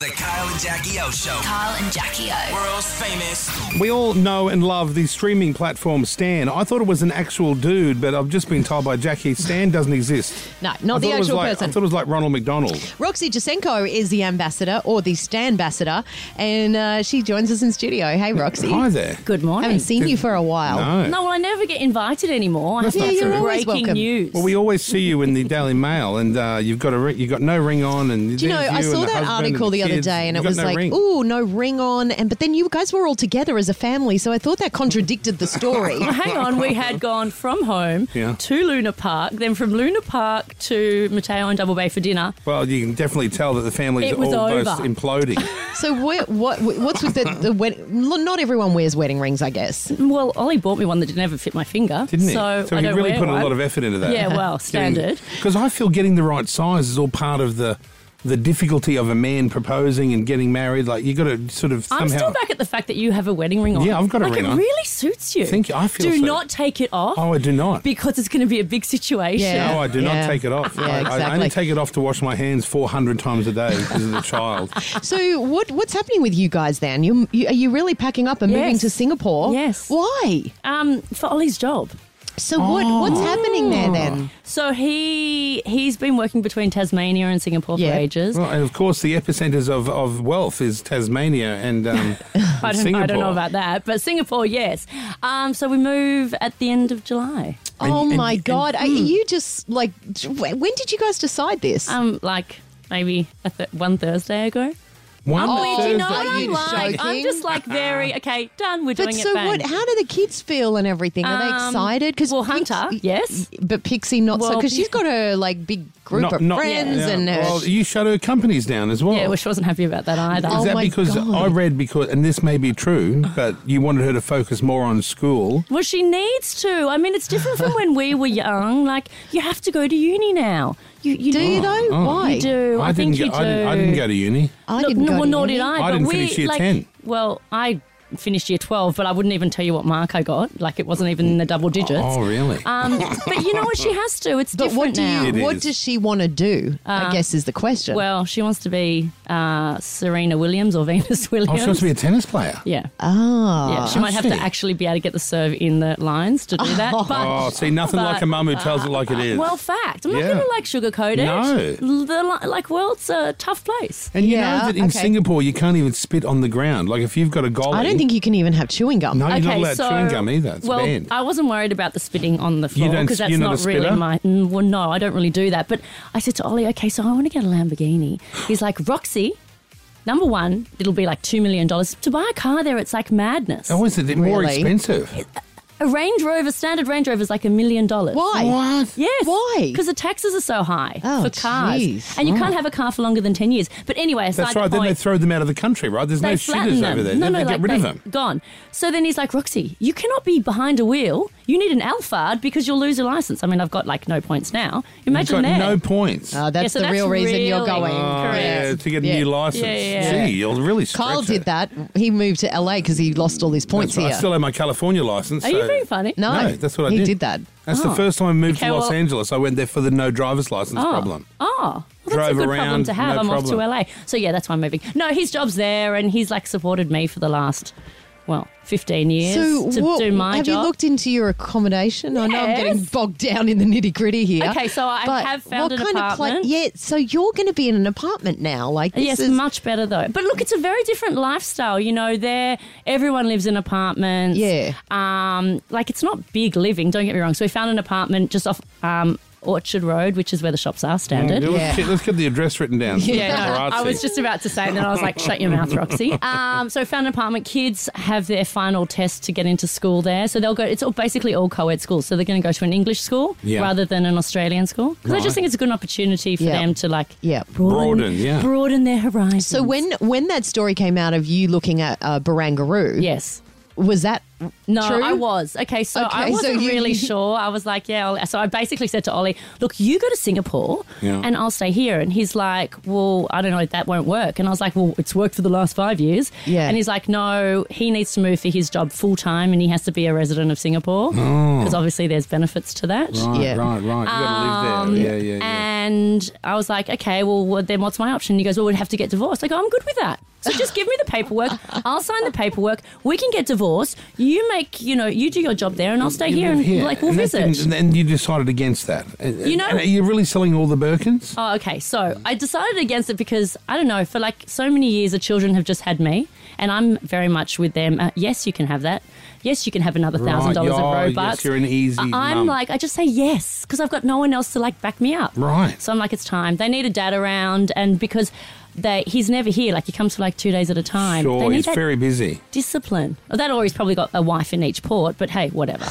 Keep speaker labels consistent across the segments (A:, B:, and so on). A: The Kyle and Jackie O Show.
B: Kyle and Jackie O.
A: World's famous.
C: We all know and love the streaming platform Stan. I thought it was an actual dude, but I've just been told by Jackie Stan doesn't exist.
D: No,
C: I
D: not the
C: thought it was
D: actual
C: like- I
D: person.
C: thought it was like Ronald McDonald.
D: Roxy Jasenko is the ambassador or the Stan ambassador, and uh, she joins us in studio. Hey, Roxy.
C: Hi there.
E: Good morning.
D: Haven't seen you for a while.
C: No.
E: No, well, I never get invited anymore. I
C: That's
E: have
C: not
E: to
C: true.
E: do
C: You're
D: always
E: breaking
D: welcome.
E: news.
C: Well, we always see you in the Daily Mail, and uh, you've got a ring, you've got no ring on. And
D: Do you know, I saw that article the, other day and it was like, ooh, no ring on. And but then you guys were all together as a family, so I thought that contradicted the story.
E: Hang on, we had gone from home
C: Yeah.
E: to Luna Park, then from Luna Park to Mateo and Double Bay for dinner.
C: Well, you can definitely tell that the family's
E: It was
C: almost
E: over.
C: imploding.
D: so what, what what's with the, the wed- not everyone wears wedding rings, I guess.
E: Well, Ollie bought me one that didn't ever fit my finger.
C: Didn't he?
E: So, I
C: he
E: don't
C: really
E: wear
C: put
E: one.
C: a lot of effort into that.
E: Yeah, well, standard.
C: Because I feel getting the right size is all part of the the difficulty of a man proposing and getting married. Like you got to sort of somehow.
E: I'm still back at the fact that you have a wedding ring on.
C: Yeah, I've got a
E: like,
C: ring
E: it
C: on.
E: really suits you.
C: Thank you. I feel
E: Do
C: so.
E: not take it off
C: oh, I do not.
E: because it's going to be a big situation.
D: Yeah.
C: no, I do
D: Yeah.
C: not take it off.
D: Yeah,
C: I, I only
D: exactly.
C: take it off to wash my hands 400 times a day because of the child.
D: So what what's happening with you guys then? You, you are you really packing up and moving
E: Yes.
D: to Singapore?
E: Yes.
D: Why?
E: Um, for Ollie's job.
D: So what what's happening there then?
E: So he he's been working between Tasmania and Singapore
D: Yeah.
E: for ages.
C: Well, and of course, the epicenters of, of wealth is Tasmania and um,
E: I don't,
C: Singapore.
E: I don't know about that, but Singapore, yes. Um, so we move at the end of July,
D: oh
C: and-
D: my
C: and- hmm.
D: god! Are you just like when did you guys decide this?
E: um, like maybe a th- one Thursday ago.
C: One
D: Oh,
E: Do you know what
D: Thursday.
E: I'm
D: Are you
E: like? I'm
D: joking?
E: just like very okay. Done. We're
D: but
E: doing
D: so
E: it. Bang.
D: what? How do the kids feel and everything? Are they
E: Um,
D: excited? Because
E: well, Hunter, yes.
D: but Pixie not so
E: Well,
D: because she's got her like big group
C: Not-
D: of
C: not-
D: friends
C: yeah.
D: and uh, her.
C: Well, you shut her companies down as well.
E: Yeah, well, she wasn't happy about that either.
C: Is
D: Oh
C: that
D: my
C: because
D: God.
C: I read because, and this may be true, but you wanted her to focus more on school.
E: Well, she needs to. I mean, it's different from when we were young. Like, you have to go to uni now. You, you
D: do you though?
C: oh.
D: Why?
E: You do. I, think
C: didn't
E: you
C: go, I
E: do.
C: didn't, I didn't go to uni.
D: I
E: Look,
D: didn't
E: no,
D: go
E: well,
D: to
E: nor
D: uni.
E: did I.
C: I
E: but
C: didn't
E: we,
C: finish year
E: like,
C: 10.
E: Well, I finished year 12, but I wouldn't even tell you what mark I got. Like, it wasn't even in the double digits.
C: Oh, really?
E: Um, but you know what? She has to. It's
D: But
E: different
D: what do
E: now. Uh,
C: It
D: you? What
C: is.
D: does she want to do? I guess is the question.
E: Well, she wants to be uh, Serena Williams or Venus Williams.
C: I was supposed Oh, to be a tennis player.
E: yeah.
D: ah,
E: yeah, she might have to
C: see.
E: actually be able to get the serve in the lines to do that.
C: Oh,
E: But
C: see, nothing like a mum who tells it like it is.
E: well, fact. I'm not
C: Yeah.
E: going to like sugarcoat it.
C: No.
E: The, li- like, world's a tough place.
C: and you
D: yeah,
C: know that in
D: okay.
C: Singapore you can't even spit on the ground. Like if you've got a goal,
D: I don't think you can even have chewing gum.
C: No, you're not allowed chewing gum either. It's
E: well, uh,
C: banned.
E: I wasn't worried about the spitting on the floor
C: don't-
E: because that's
C: you're not a
E: really
C: spitter?
E: my. mm, Well, no, I don't really do that. But I said to Ollie, okay, so I want to get a Lamborghini. He's like, Roxy, number one, it'll be like two million dollars to buy a car there. It's like madness.
C: Oh, is it more
D: Really?
C: expensive?
E: A Range Rover, standard Range Rover, is like a million dollars.
D: Why?
C: What?
E: Yes.
D: Why?
E: Because the taxes are so high
D: Oh,
E: for cars,
D: jeez.
E: and you can't have a car for longer than ten years. But anyway, aside
C: That's right.
E: the
C: Then
E: point,
C: they throw them out of the country, right? There's no
E: they
C: shooters
E: flatten them.
C: over there.
E: No,
C: then
E: no,
C: they
E: like
C: get rid of
E: they-
C: them.
E: Gone. So then he's like, Roxy, you cannot be behind a wheel. You need an Alphard because you'll lose your license. I mean, I've got like no points now.
C: You've got
E: Imagine that.
C: no points.
D: Oh, that's
E: Yeah, so
D: the
E: that's
D: real reason you're
E: really-
D: going.
E: Oh,
C: Oh, yeah,
E: correct.
C: to get a
D: Yeah.
C: new license.
E: Yeah, yeah.
C: Gee, you'll really stretch
D: Carl
C: it.
D: did that. He moved to LA because he lost all his points
C: That's right. I
D: here.
C: still have my California license.
E: Are
C: so
E: you being funny?
D: no,
C: No, that's what I
D: he
C: did.
D: that.
C: That's the
E: Oh.
C: first time I moved
E: Okay,
C: to Los
E: well-
C: Angeles. I went there for the no driver's license
E: Oh.
C: problem.
E: Oh, well, that's
C: Drove
E: a good
C: around,
E: problem to have.
C: no
E: I'm off to
C: problem.
E: LA. So yeah, that's why I'm moving. No, his job's there, and he's like supported me for the last, well, 15 years
D: So,
E: to
D: what,
E: do my
D: have
E: job.
D: you looked into your accommodation? I know I'm getting
E: Yes.
D: bogged down in the nitty gritty here.
E: Okay, so I
D: but
E: have found
D: what
E: an
D: kind Of
E: apartment.
D: pla- yeah, so you're going to be in an apartment now. Like this
E: yes,
D: is
E: much better though. But look, it's a very different lifestyle. You know, there everyone lives in apartments.
D: Yeah.
E: Um, like it's not big living. Don't get me wrong. So we found an apartment just off um, Orchard Road, which is where the shops are standard.
C: Yeah,
D: Yeah.
C: Let's, get, let's get the address written down. so
E: Yeah, no,
C: paparazzi.
E: I was just about to say, and then I was like, "Shut your mouth, Roxy." Um, so, we found an apartment. Kids have their final test to get into school there, so they'll go. It's all basically all co-ed schools, so they're going to go to an English school
C: Yeah.
E: rather than an Australian school. Because I
C: Right.
E: just think it's a good opportunity for
D: Yeah.
E: them to like,
D: Yeah.
C: Broaden, yeah.
E: broaden their horizons.
D: So when when that story came out of you looking at uh, Barangaroo,
E: yes,
D: Was that
E: No,
D: true?
E: I was. Okay, so I
D: Okay, so
E: wasn't
D: you-
E: really sure. I was like, yeah. I'll, so I basically said to Ollie, look, you go to Singapore
C: Yeah.
E: and I'll stay here. And he's like, well, I don't know, that won't work. And I was like, well, it's worked for the last five years.
D: Yeah.
E: And he's like, no, he needs to move for his job full time and he has to be a resident of Singapore because obviously there's benefits to that.
C: Oh. Right,
D: Yeah.
C: right, right. You got to
E: Um,
C: live there. Yeah, yeah, yeah.
E: And I was like, okay, well, what- then what's my option? He goes, well, we'd have to get divorced. I go, I'm good with that. So just give me the paperwork. I'll sign the paperwork. We can get divorced. You make, you know, you do your job there and I'll stay
C: You
E: here
C: live
E: and like, we'll
C: and that
E: visit.
C: didn't- And you decided against that.
E: You know-
C: are you really selling all the Birkins?
E: Oh, okay. So I decided against it because I don't know. For like so many years, the children have just had me, and I'm very much with them. Uh, yes, you can have that. Yes, you can have another thousand
C: Right.
E: dollars of
C: Oh, yes,
E: Robux.
C: you're an easy
E: I- I'm
C: mum.
E: like, I just say yes because I've got no one else to like back me up.
C: Right.
E: So I'm like, it's time. They need a dad around, and because they, he's never here. Like he comes for like two days at a time. they
C: sure,
E: need
C: he's
E: that
C: very busy.
E: discipline. Oh, that or he's probably got a wife in each port. But hey, whatever.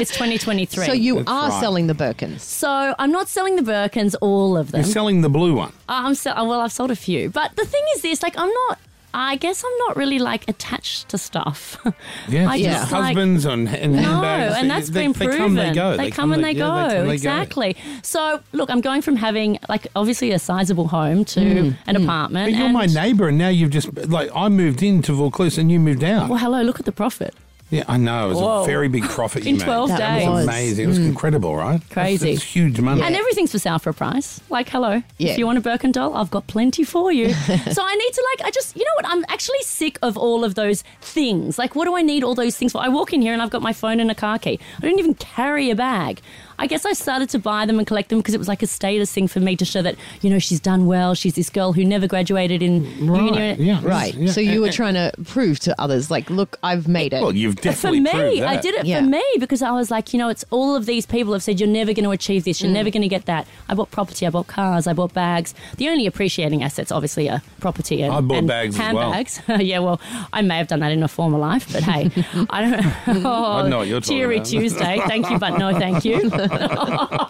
E: it's 2023.
D: So you
C: That's
D: are
C: right.
D: selling the Birkins.
E: So I'm not selling the Birkins, all of them.
C: You're selling the blue one.
E: I'm so, oh, well, I've sold a few, but the thing is this: like, I'm not. I guess I'm not really like attached to stuff.
C: Yeah, just
E: I
D: Yeah.
E: like-
C: husbands and, and
E: no,
C: handbags.
E: and that's
C: they,
E: been
C: they
E: proven.
C: come, they go.
E: They come and they go.
C: yeah, they come, they go.
E: exactly. So look, I'm going from having like obviously a sizable home to an apartment.
C: Hmm. But you're
E: and-
C: my neighbour, and now you've just like I moved into Vaucluse and you moved out.
E: Well, hello. Look at the profit.
C: Yeah, I know. It was a
E: Whoa.
C: very big profit you
E: In
C: made.
E: 12
D: That
E: days.
C: It was
D: was.
C: amazing. It was incredible, right? That's-
E: Crazy.
C: That's huge money.
E: And everything's for sale for a price. Like, hello.
D: Yeah.
E: If you want a Birkendall, I've got plenty for you. so I need to, like, I just, you know what? I'm actually sick of all of those things. Like, what do I need all those things for? I walk in here and I've got my phone and a car key. I don't even carry a bag. I guess I started to buy them and collect them because it was like a status thing for me to show that, you know, she's done well. She's this girl who never graduated in
C: Right.
E: uni.
C: Yeah.
D: Right.
C: Yeah.
D: So you were
C: And-
D: trying to prove to others, like, look, I've made it.
C: Well, you've
E: But for
C: definitely
E: me,
C: proved
E: I
C: that.
E: did it
D: Yeah.
E: for me because I was like, you know, it's all of these people have said you're never going to achieve this,
D: Mm.
E: you're never going to get that. I bought property, I bought cars, I bought bags. The only appreciating assets, obviously, are property and,
C: I bought
E: and
C: bags as well.
E: handbags. yeah, well, I may have done that in a former life, but hey, I don't know.
C: I know what you're talking
E: Teary
C: about.
E: Tuesday. Thank you, but no, thank you.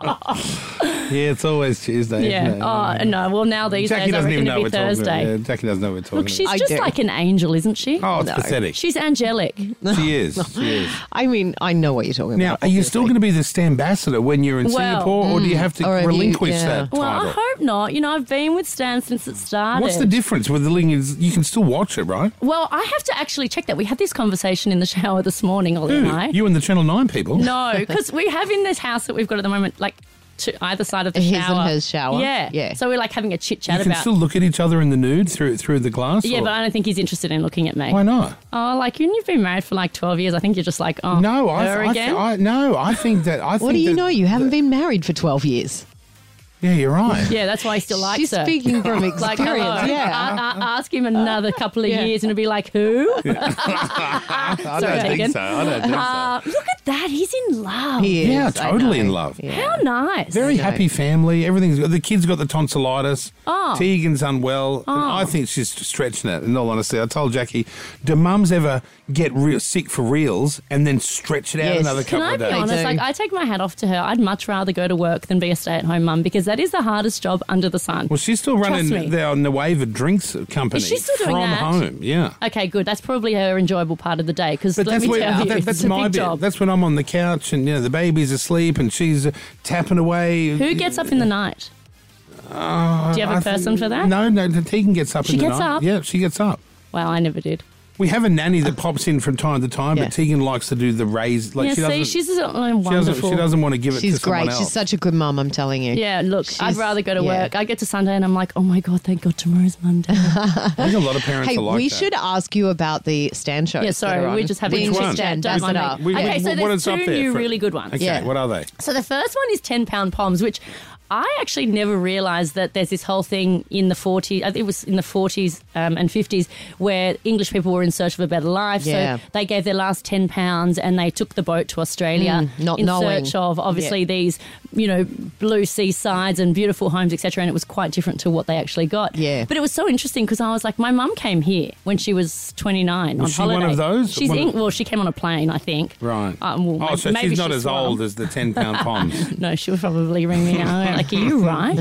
C: Yeah, it's always Tuesday.
E: yeah.
C: isn't it?
E: Oh no. Well, now these
C: Jackie
E: days, I
C: doesn't even know
E: reckon it'd
C: we're
E: be
C: talking about.
E: Thursday.
C: Yeah, Jackie doesn't know we're talking
E: Look, she's
D: I
E: just
D: do.
E: like an angel, isn't she?
C: about. Oh, it's
D: No.
C: pathetic.
E: She's angelic.
C: she is. She is.
D: I mean, I know what you're talking
C: Now,
D: about.
C: are you still going to be the ambassador when you're in
E: Well, mm,
C: Singapore, or do you have to
D: or have you-
C: relinquish
D: yeah.
C: that
E: Well,
C: title?
E: I hope not. You know, I've been with Stan since it started.
C: What's the difference with the link? Is you can still watch it, right?
E: Well, I have to actually check that. We had this conversation in the shower this morning, Ollie and I.
C: Mm, You and the Channel Nine people.
E: no, because we have in this house that we've got at the moment, like to either side of the
D: His and
E: shower.
D: hers shower?
E: Yeah.
D: Yeah.
E: So we're like having a chit
C: you
E: chat
C: can
E: about.
C: still look at each other in the nude through through the glass.
E: yeah,
C: or-
E: but I don't think he's interested in looking at me.
C: why not?
E: Oh, like when you've been married for like twelve years, I think you're just like, oh,
C: No, I,
E: her
C: I,
E: again.
C: I no, I think that I. Think
D: What do you
C: that-
D: know? You haven't been married for 12 years.
C: Yeah, you're right.
E: yeah, that's why he still likes
D: She's
E: her.
D: speaking from experience.
E: like, hello.
D: yeah.
E: I, I, ask him another couple of
D: Yeah.
E: years, and he'll be like, who?
C: I
E: Sorry,
C: don't
E: Tegan.
C: think so. I don't think
E: Uh, look at that, he's in love.
D: He
C: so. Yeah,
D: is, I
C: totally
D: know.
C: in love.
D: Yeah.
E: How nice.
C: Very
D: Okay.
C: happy family. Everything's good. The kid's got the tonsillitis.
E: Oh.
C: Tegan's unwell. And
E: Oh.
C: I think she's stretching it, in all honesty. I told Jackie, do mums ever get real sick for reals and then stretch it out
D: Yes.
C: another
E: Can
C: couple
E: I
C: of
E: be
C: days?
E: honest?
D: They do.
E: Like, I take my hat off to her. I'd much rather go to work than be a stay-at-home mum because that is the hardest job under the sun.
C: Well, she's still
E: Trust me.
C: running the, on the Wave of Drinks company
E: Is she still doing
C: from
E: that?
C: home. Yeah.
E: okay, good. That's probably her enjoyable part of the day because
C: But
E: let
C: that's
E: me
C: where
E: tell you,
C: that-
E: it's
C: that's
E: a
C: my
E: big
C: bit.
E: job.
C: That's when I'm on the couch and you know the baby's asleep and she's uh, tapping away.
E: Who gets up in the night? Do you have a
C: I think-
E: person for that?
C: No, no. Tegan gets up.
E: She
C: in the
E: gets
C: night.
E: up?
C: Yeah, she gets up.
E: Wow, I never did.
C: We have a nanny that pops in from time to time,
D: Yeah.
C: but Tegan likes to do the raise. Like
E: yeah,
C: she
E: see,
C: doesn't,
E: she's uh,
C: she doesn't,
E: wonderful.
C: she doesn't want to give it
D: She's
C: to someone
D: great.
C: else.
D: She's such a good mum, I'm telling you.
E: yeah, look, I'd
D: She's-
E: rather go to
D: yeah.
E: work. I get to Sunday and I'm like, oh my God, thank God tomorrow's Monday.
C: I think a lot of parents
D: Hey,
C: are like
D: we
C: that.
D: should ask you about the stand show.
E: yeah, sorry, we just have
C: Which
E: a
C: one?
E: chit chat. Don't mind
D: Ambassador.
E: me.
C: We-
E: okay,
C: we-
E: so
C: what
E: there's
C: is up
E: two
C: there
E: new
C: for-
E: really good ones.
C: Okay,
D: Yeah.
C: what are they?
E: So the first one is 10 pound palms, which I actually never realised that there's this whole thing in the 40s, I think it was in the 40s um, and 50s, where English people were in search of a better life.
D: Yeah.
E: So they gave their last 10 pounds and they took the boat to Australia
D: Mm, not
E: in
D: knowing.
E: search of obviously
D: Yeah.
E: these, you know, blue seasides and beautiful homes, etc. And it was quite different to what they actually got.
D: Yeah.
E: But it was so interesting because I was like, my mum came here when she was 29
C: Was she
E: on
C: one
E: holiday.
C: of those?
E: She's
C: One of-
E: in, well, she came on a plane, I think.
C: Right.
E: Um, well,
C: oh,
E: may-
C: so
E: maybe
C: she's not as
E: swam.
C: old as the ten pound poms.
E: No, she'll probably ring me out. Like, are you right?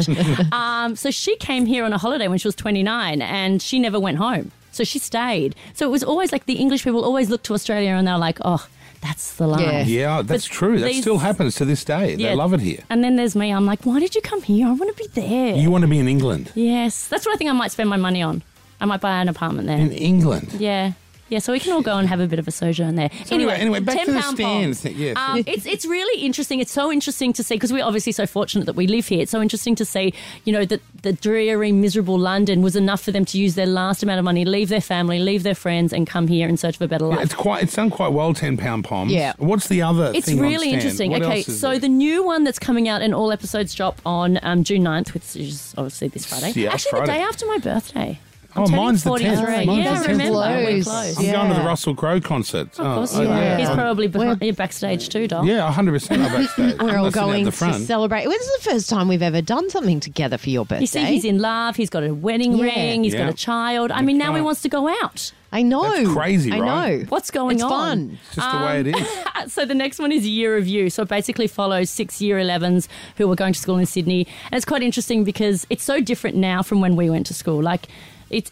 E: um, so she came here on a holiday when she was 29 and she never went home. So she stayed. So it was always like the English people always look to Australia and they're like, oh, that's the life.
D: Yeah.
C: Yeah, that's
E: But
C: true. That
E: these-
C: still happens to this day.
E: Yeah.
C: They love it here.
E: And then there's me. I'm like, why did you come here? I want to be there.
C: You want to be in England?
E: yes. That's what I think I might spend my money on. I might buy an apartment there.
C: In England.
E: Yeah. Yeah, so we can all go and have a bit of a sojourn there.
C: anyway-
E: anyway,
C: anyway, back
E: £10
C: to the
E: pound
C: stands.
E: bombs.
C: Yes.
E: Um, it's it's really interesting. It's so interesting to see because we're obviously so fortunate that we live here. It's so interesting to see, you know, that the dreary, miserable London was enough for them to use their last amount of money, leave their family, leave their friends, and come here in search of a better life.
C: It's quite. It's done quite well. Ten pound poms.
D: Yeah.
C: What's the other?
E: It's
C: thing on
E: really
C: stand?
E: interesting.
C: What
E: okay,
C: else is
E: so
C: there?
E: the new one that's coming out in all episodes drop on um, June 9th, which is obviously this Friday.
C: Yeah,
E: Actually,
C: Friday.
E: the day after my birthday. I'm
C: Oh,
E: turning
C: mine's the
E: 43.
C: 10th. Mine's
E: yeah,
C: the 10th.
E: remember, we're
D: Close.
E: close.
C: I'm going to the
D: Yeah.
C: Russell Crowe concert.
E: Of course
C: oh,
E: you
D: yeah.
E: are. He's
D: Um,
E: probably behind,
D: we're-
E: you're backstage too, Dom.
C: Yeah, hundred percent. I'm backstage.
D: We're all
C: I'm sitting out
D: going
C: the
D: to
C: front.
D: celebrate. Well, This is the first time we've ever done something together for your birthday.
E: You see, he's in love. He's got a wedding
D: Yeah.
E: ring. He's
C: Yeah.
E: got a child. I mean, now he
C: can't-
E: wants to go out.
D: I know.
C: That's crazy,
D: I
C: right?
D: know.
E: What's going
D: It's
E: on?
D: fun.
C: It's just the way it is.
E: Uh, So the next one is Year of You. So it basically follows six Year 11s who were going to school in Sydney. And it's quite interesting because it's so different now from when we went to school. Like, it's.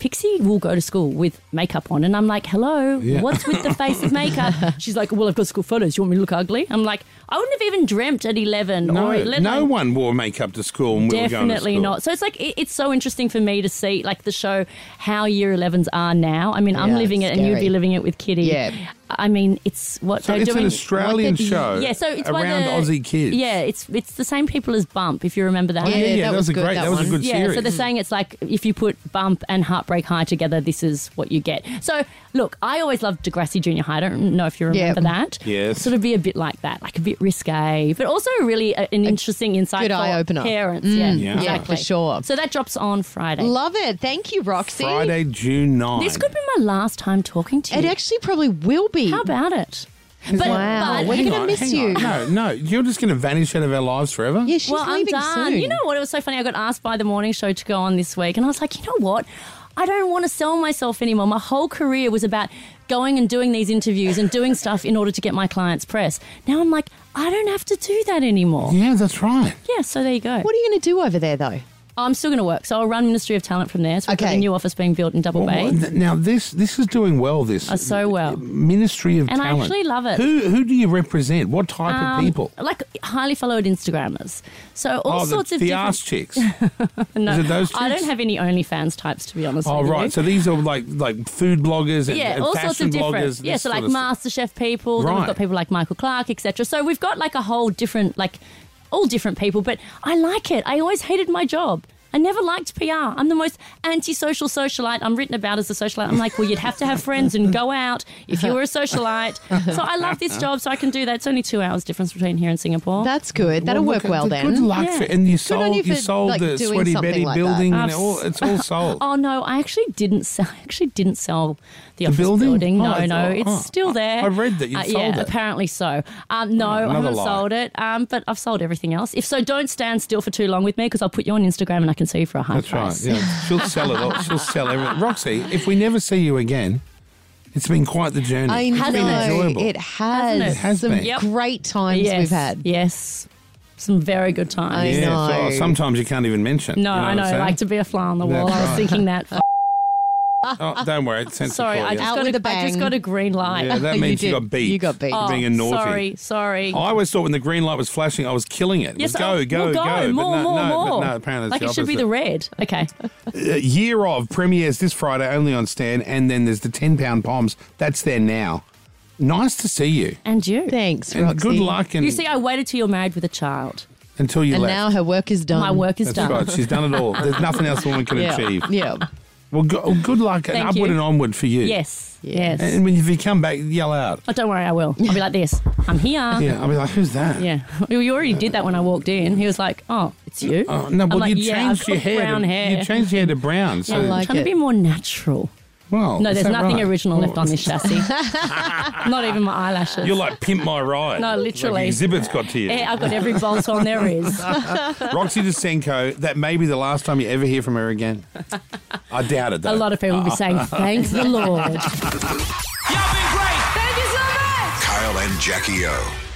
E: Pixie will go to school with makeup on, and I'm like, "Hello,
C: Yeah.
E: what's with the face of makeup?" She's like, "Well, I've got school photos. You want me to look ugly?" I'm like, "I wouldn't have even dreamt at 11
C: No,
E: or let
C: no
E: alone
C: one wore makeup to school when we were going to
E: Definitely
C: school.
E: not. So it's like it, it's so interesting for me to see like the show how year 11s are now. I mean, I'm
D: Yeah,
E: living it
D: it's
E: and you'd be
D: scary.
E: living it with Kitty.
D: Yeah.
E: I mean, it's what
C: So
E: they're
C: it's
E: doing.
C: an Australian
D: what they-
C: show.
E: yeah, so it's by
C: around
E: the-
C: Aussie kids.
E: Yeah, it's it's the same people as Bump if you remember that.
C: yeah, yeah, that, was, a
D: good,
C: great. That,
D: that
C: was a
D: one.
C: good
E: Yeah,
C: series.
E: so they're saying it's like if you put Bump and Heartbreak High together, this is what you get. So, look, I always loved Degrassi Junior High. I don't know if you
D: Yeah.
E: remember that.
C: Yes.
E: Sort of be a bit like that, like a bit risque, but also really a- an interesting insight
D: good
E: for
D: eye-opener.
E: parents.
C: Yeah.
E: Yeah,
C: Yeah,
E: exactly.
D: for sure.
E: So that drops on Friday.
D: Love it. Thank you, Roxy.
C: Friday, June 9.
E: This could be my last time talking to you.
D: It actually probably will be.
E: How about it? But,
D: Wow.
C: Oh,
E: but
D: We're
E: hang
D: gonna
E: on.
D: miss you.
C: No, no, you're just going to vanish out of our lives forever.
D: Yeah, she's
E: well, I'm
D: leaving
E: done.
D: soon.
E: You know what? It was so funny. I got asked by the morning show to go on this week, and I was like, you know what? I don't want to sell myself anymore. My whole career was about going and doing these interviews and doing stuff in order to get my clients press. Now I'm like, I don't have to do that anymore.
C: Yeah, that's right.
E: Yeah, so there you go.
D: What are you going to do over there, though?
E: I'm still going to work. So I'll run Ministry of Talent from there. So we've got
D: Okay.
E: a new office being built in Double
C: Well,
E: Bay.
C: well, th- now this this is doing well. This
E: Uh, so well.
C: Ministry of
E: And I
C: Talent.
E: actually love it.
C: Who who do you represent? What type of
E: Um,
C: people?
E: Like highly followed Instagrammers. So all
C: oh,
E: sorts
C: the,
E: of
C: the
E: different
C: ass chicks.
E: No,
C: Is it those
E: I
C: chicks?
E: don't have any OnlyFans types to be honest.
C: oh
E: with you.
C: right, so these are like like food bloggers and,
E: yeah,
C: and
E: all
C: fashion
E: sorts of different.
C: bloggers.
E: yeah,
C: this
E: so
C: sort
E: like
C: of stuff.
E: MasterChef people. Then
C: Right.
E: we've got people like Michael Clark, etc. So we've got like a whole different, like all different people. But I like it. I always hated my job. I never liked PR. I'm the most antisocial socialite. I'm written about as a socialite. I'm like, well, you'd have to have friends and go out if you were a socialite. So I love this job, so I can do that. It's only two hours difference between here and Singapore.
D: That's good. That'll
C: Well,
D: work
C: look,
D: well
C: it's Good
D: then.
C: luck
E: Yeah.
C: for and you
D: on
C: sold
D: you
C: you,
D: for,
C: sold
D: like,
C: the
D: doing
C: sweaty
D: something
C: Betty
D: like that.
C: building and
E: I've
C: all. It's all sold.
E: Oh no, I actually didn't sell. I actually didn't sell the, office
C: building?
E: building.
C: Oh,
E: No,
C: I
E: no,
C: thought-
E: it's
C: oh.
E: still there.
C: I read that you
E: Uh,
C: sold
E: yeah,
C: it. Oh,
E: apparently so. Um, no, I
C: another
E: haven't
C: lie.
E: sold it. Um, but I've sold everything else. If so, don't stand still for too long with me because I'll put you on Instagram and I can sell you for a high
C: That's right.
E: price.
C: Yeah, she'll sell it. All. She'll sell everything. Roxy, if we never see you again, it's been quite the journey.
D: I
C: It's
D: know.
C: been enjoyable.
D: It has.
E: Hasn't it? It
C: has
D: some
C: been.
E: Yep.
D: great times
E: Yes,
D: we've had.
E: yes, some very good times.
C: yeah,
D: I
C: so-
D: know.
C: sometimes you can't even mention.
E: No,
C: you
E: I
C: what I'm
E: know.
C: saying?
E: Like to be a fly on the wall.
C: That's
E: I
C: right.
E: was thinking that.
C: oh, don't worry. It's sensible,
E: Sorry, I
C: yeah.
E: just,
D: Out
E: got
D: with
E: a,
D: a
E: I just
D: bang.
E: got a green light.
C: Yeah, that
D: You
C: means you,
D: did.
C: got beat.
D: You got beat.
E: Oh,
C: for being a naughty.
E: Sorry, sorry.
C: I always thought when the green light was flashing, I was killing it. It was
E: Yes,
C: go,
E: oh,
C: go,
E: well,
C: go. But
E: More,
C: no,
E: more,
C: no, but
E: more.
C: no, apparently it's
E: like
C: the
E: it should be
C: opposite.
E: the red. Okay.
C: Uh, year of premieres this Friday only on Stan, and then there's the ten pound palms. That's there now. Nice to see you.
E: And you.
D: Thanks,
C: And
D: Roxy.
C: good luck and
E: You see, I waited till you're married with a child.
C: until you
D: And
C: left.
D: now her work is done.
E: My work is
C: Um, That's
E: done.
C: right. She's done it all. There's nothing else a woman can
D: yeah.
C: achieve.
D: Yeah.
C: Well, go, well, good luck and
E: Thank
C: upward
E: you.
C: and onward for you.
E: Yes.
D: Yes.
E: Yes.
C: And when if you come back, yell out.
E: oh, don't worry, I will. I'll be like this. I'm here. Yeah.
C: Yeah, I'll be like, who's that?
E: Well, you already did that when I walked in. He was like, "Oh, it's you."
C: Oh, no,
E: I'm
C: well,
E: like,
C: you
E: yeah,
C: changed
E: I've
C: your
E: got
C: hair.
E: brown
C: to,
E: hair.
C: You changed your hair to brown. So,
D: I
E: I'm
D: like
E: trying
D: it.
E: to be more natural.
C: well,
E: No,
C: is
E: there's
C: that
E: nothing
C: right? Oh.
E: original
C: Well,
E: left on this chassis. Not even my eyelashes.
C: You're like pimp my ride.
E: No, literally.
C: Like exhibits got to you.
E: yeah, I've got every bolt on there is.
C: Roxy DeSenko, that may be the last time you ever hear from her again. I doubt it, though.
E: A lot of people will be saying, "Thank the Lord."
A: Y'all been great.
B: Kyle and Jackie O.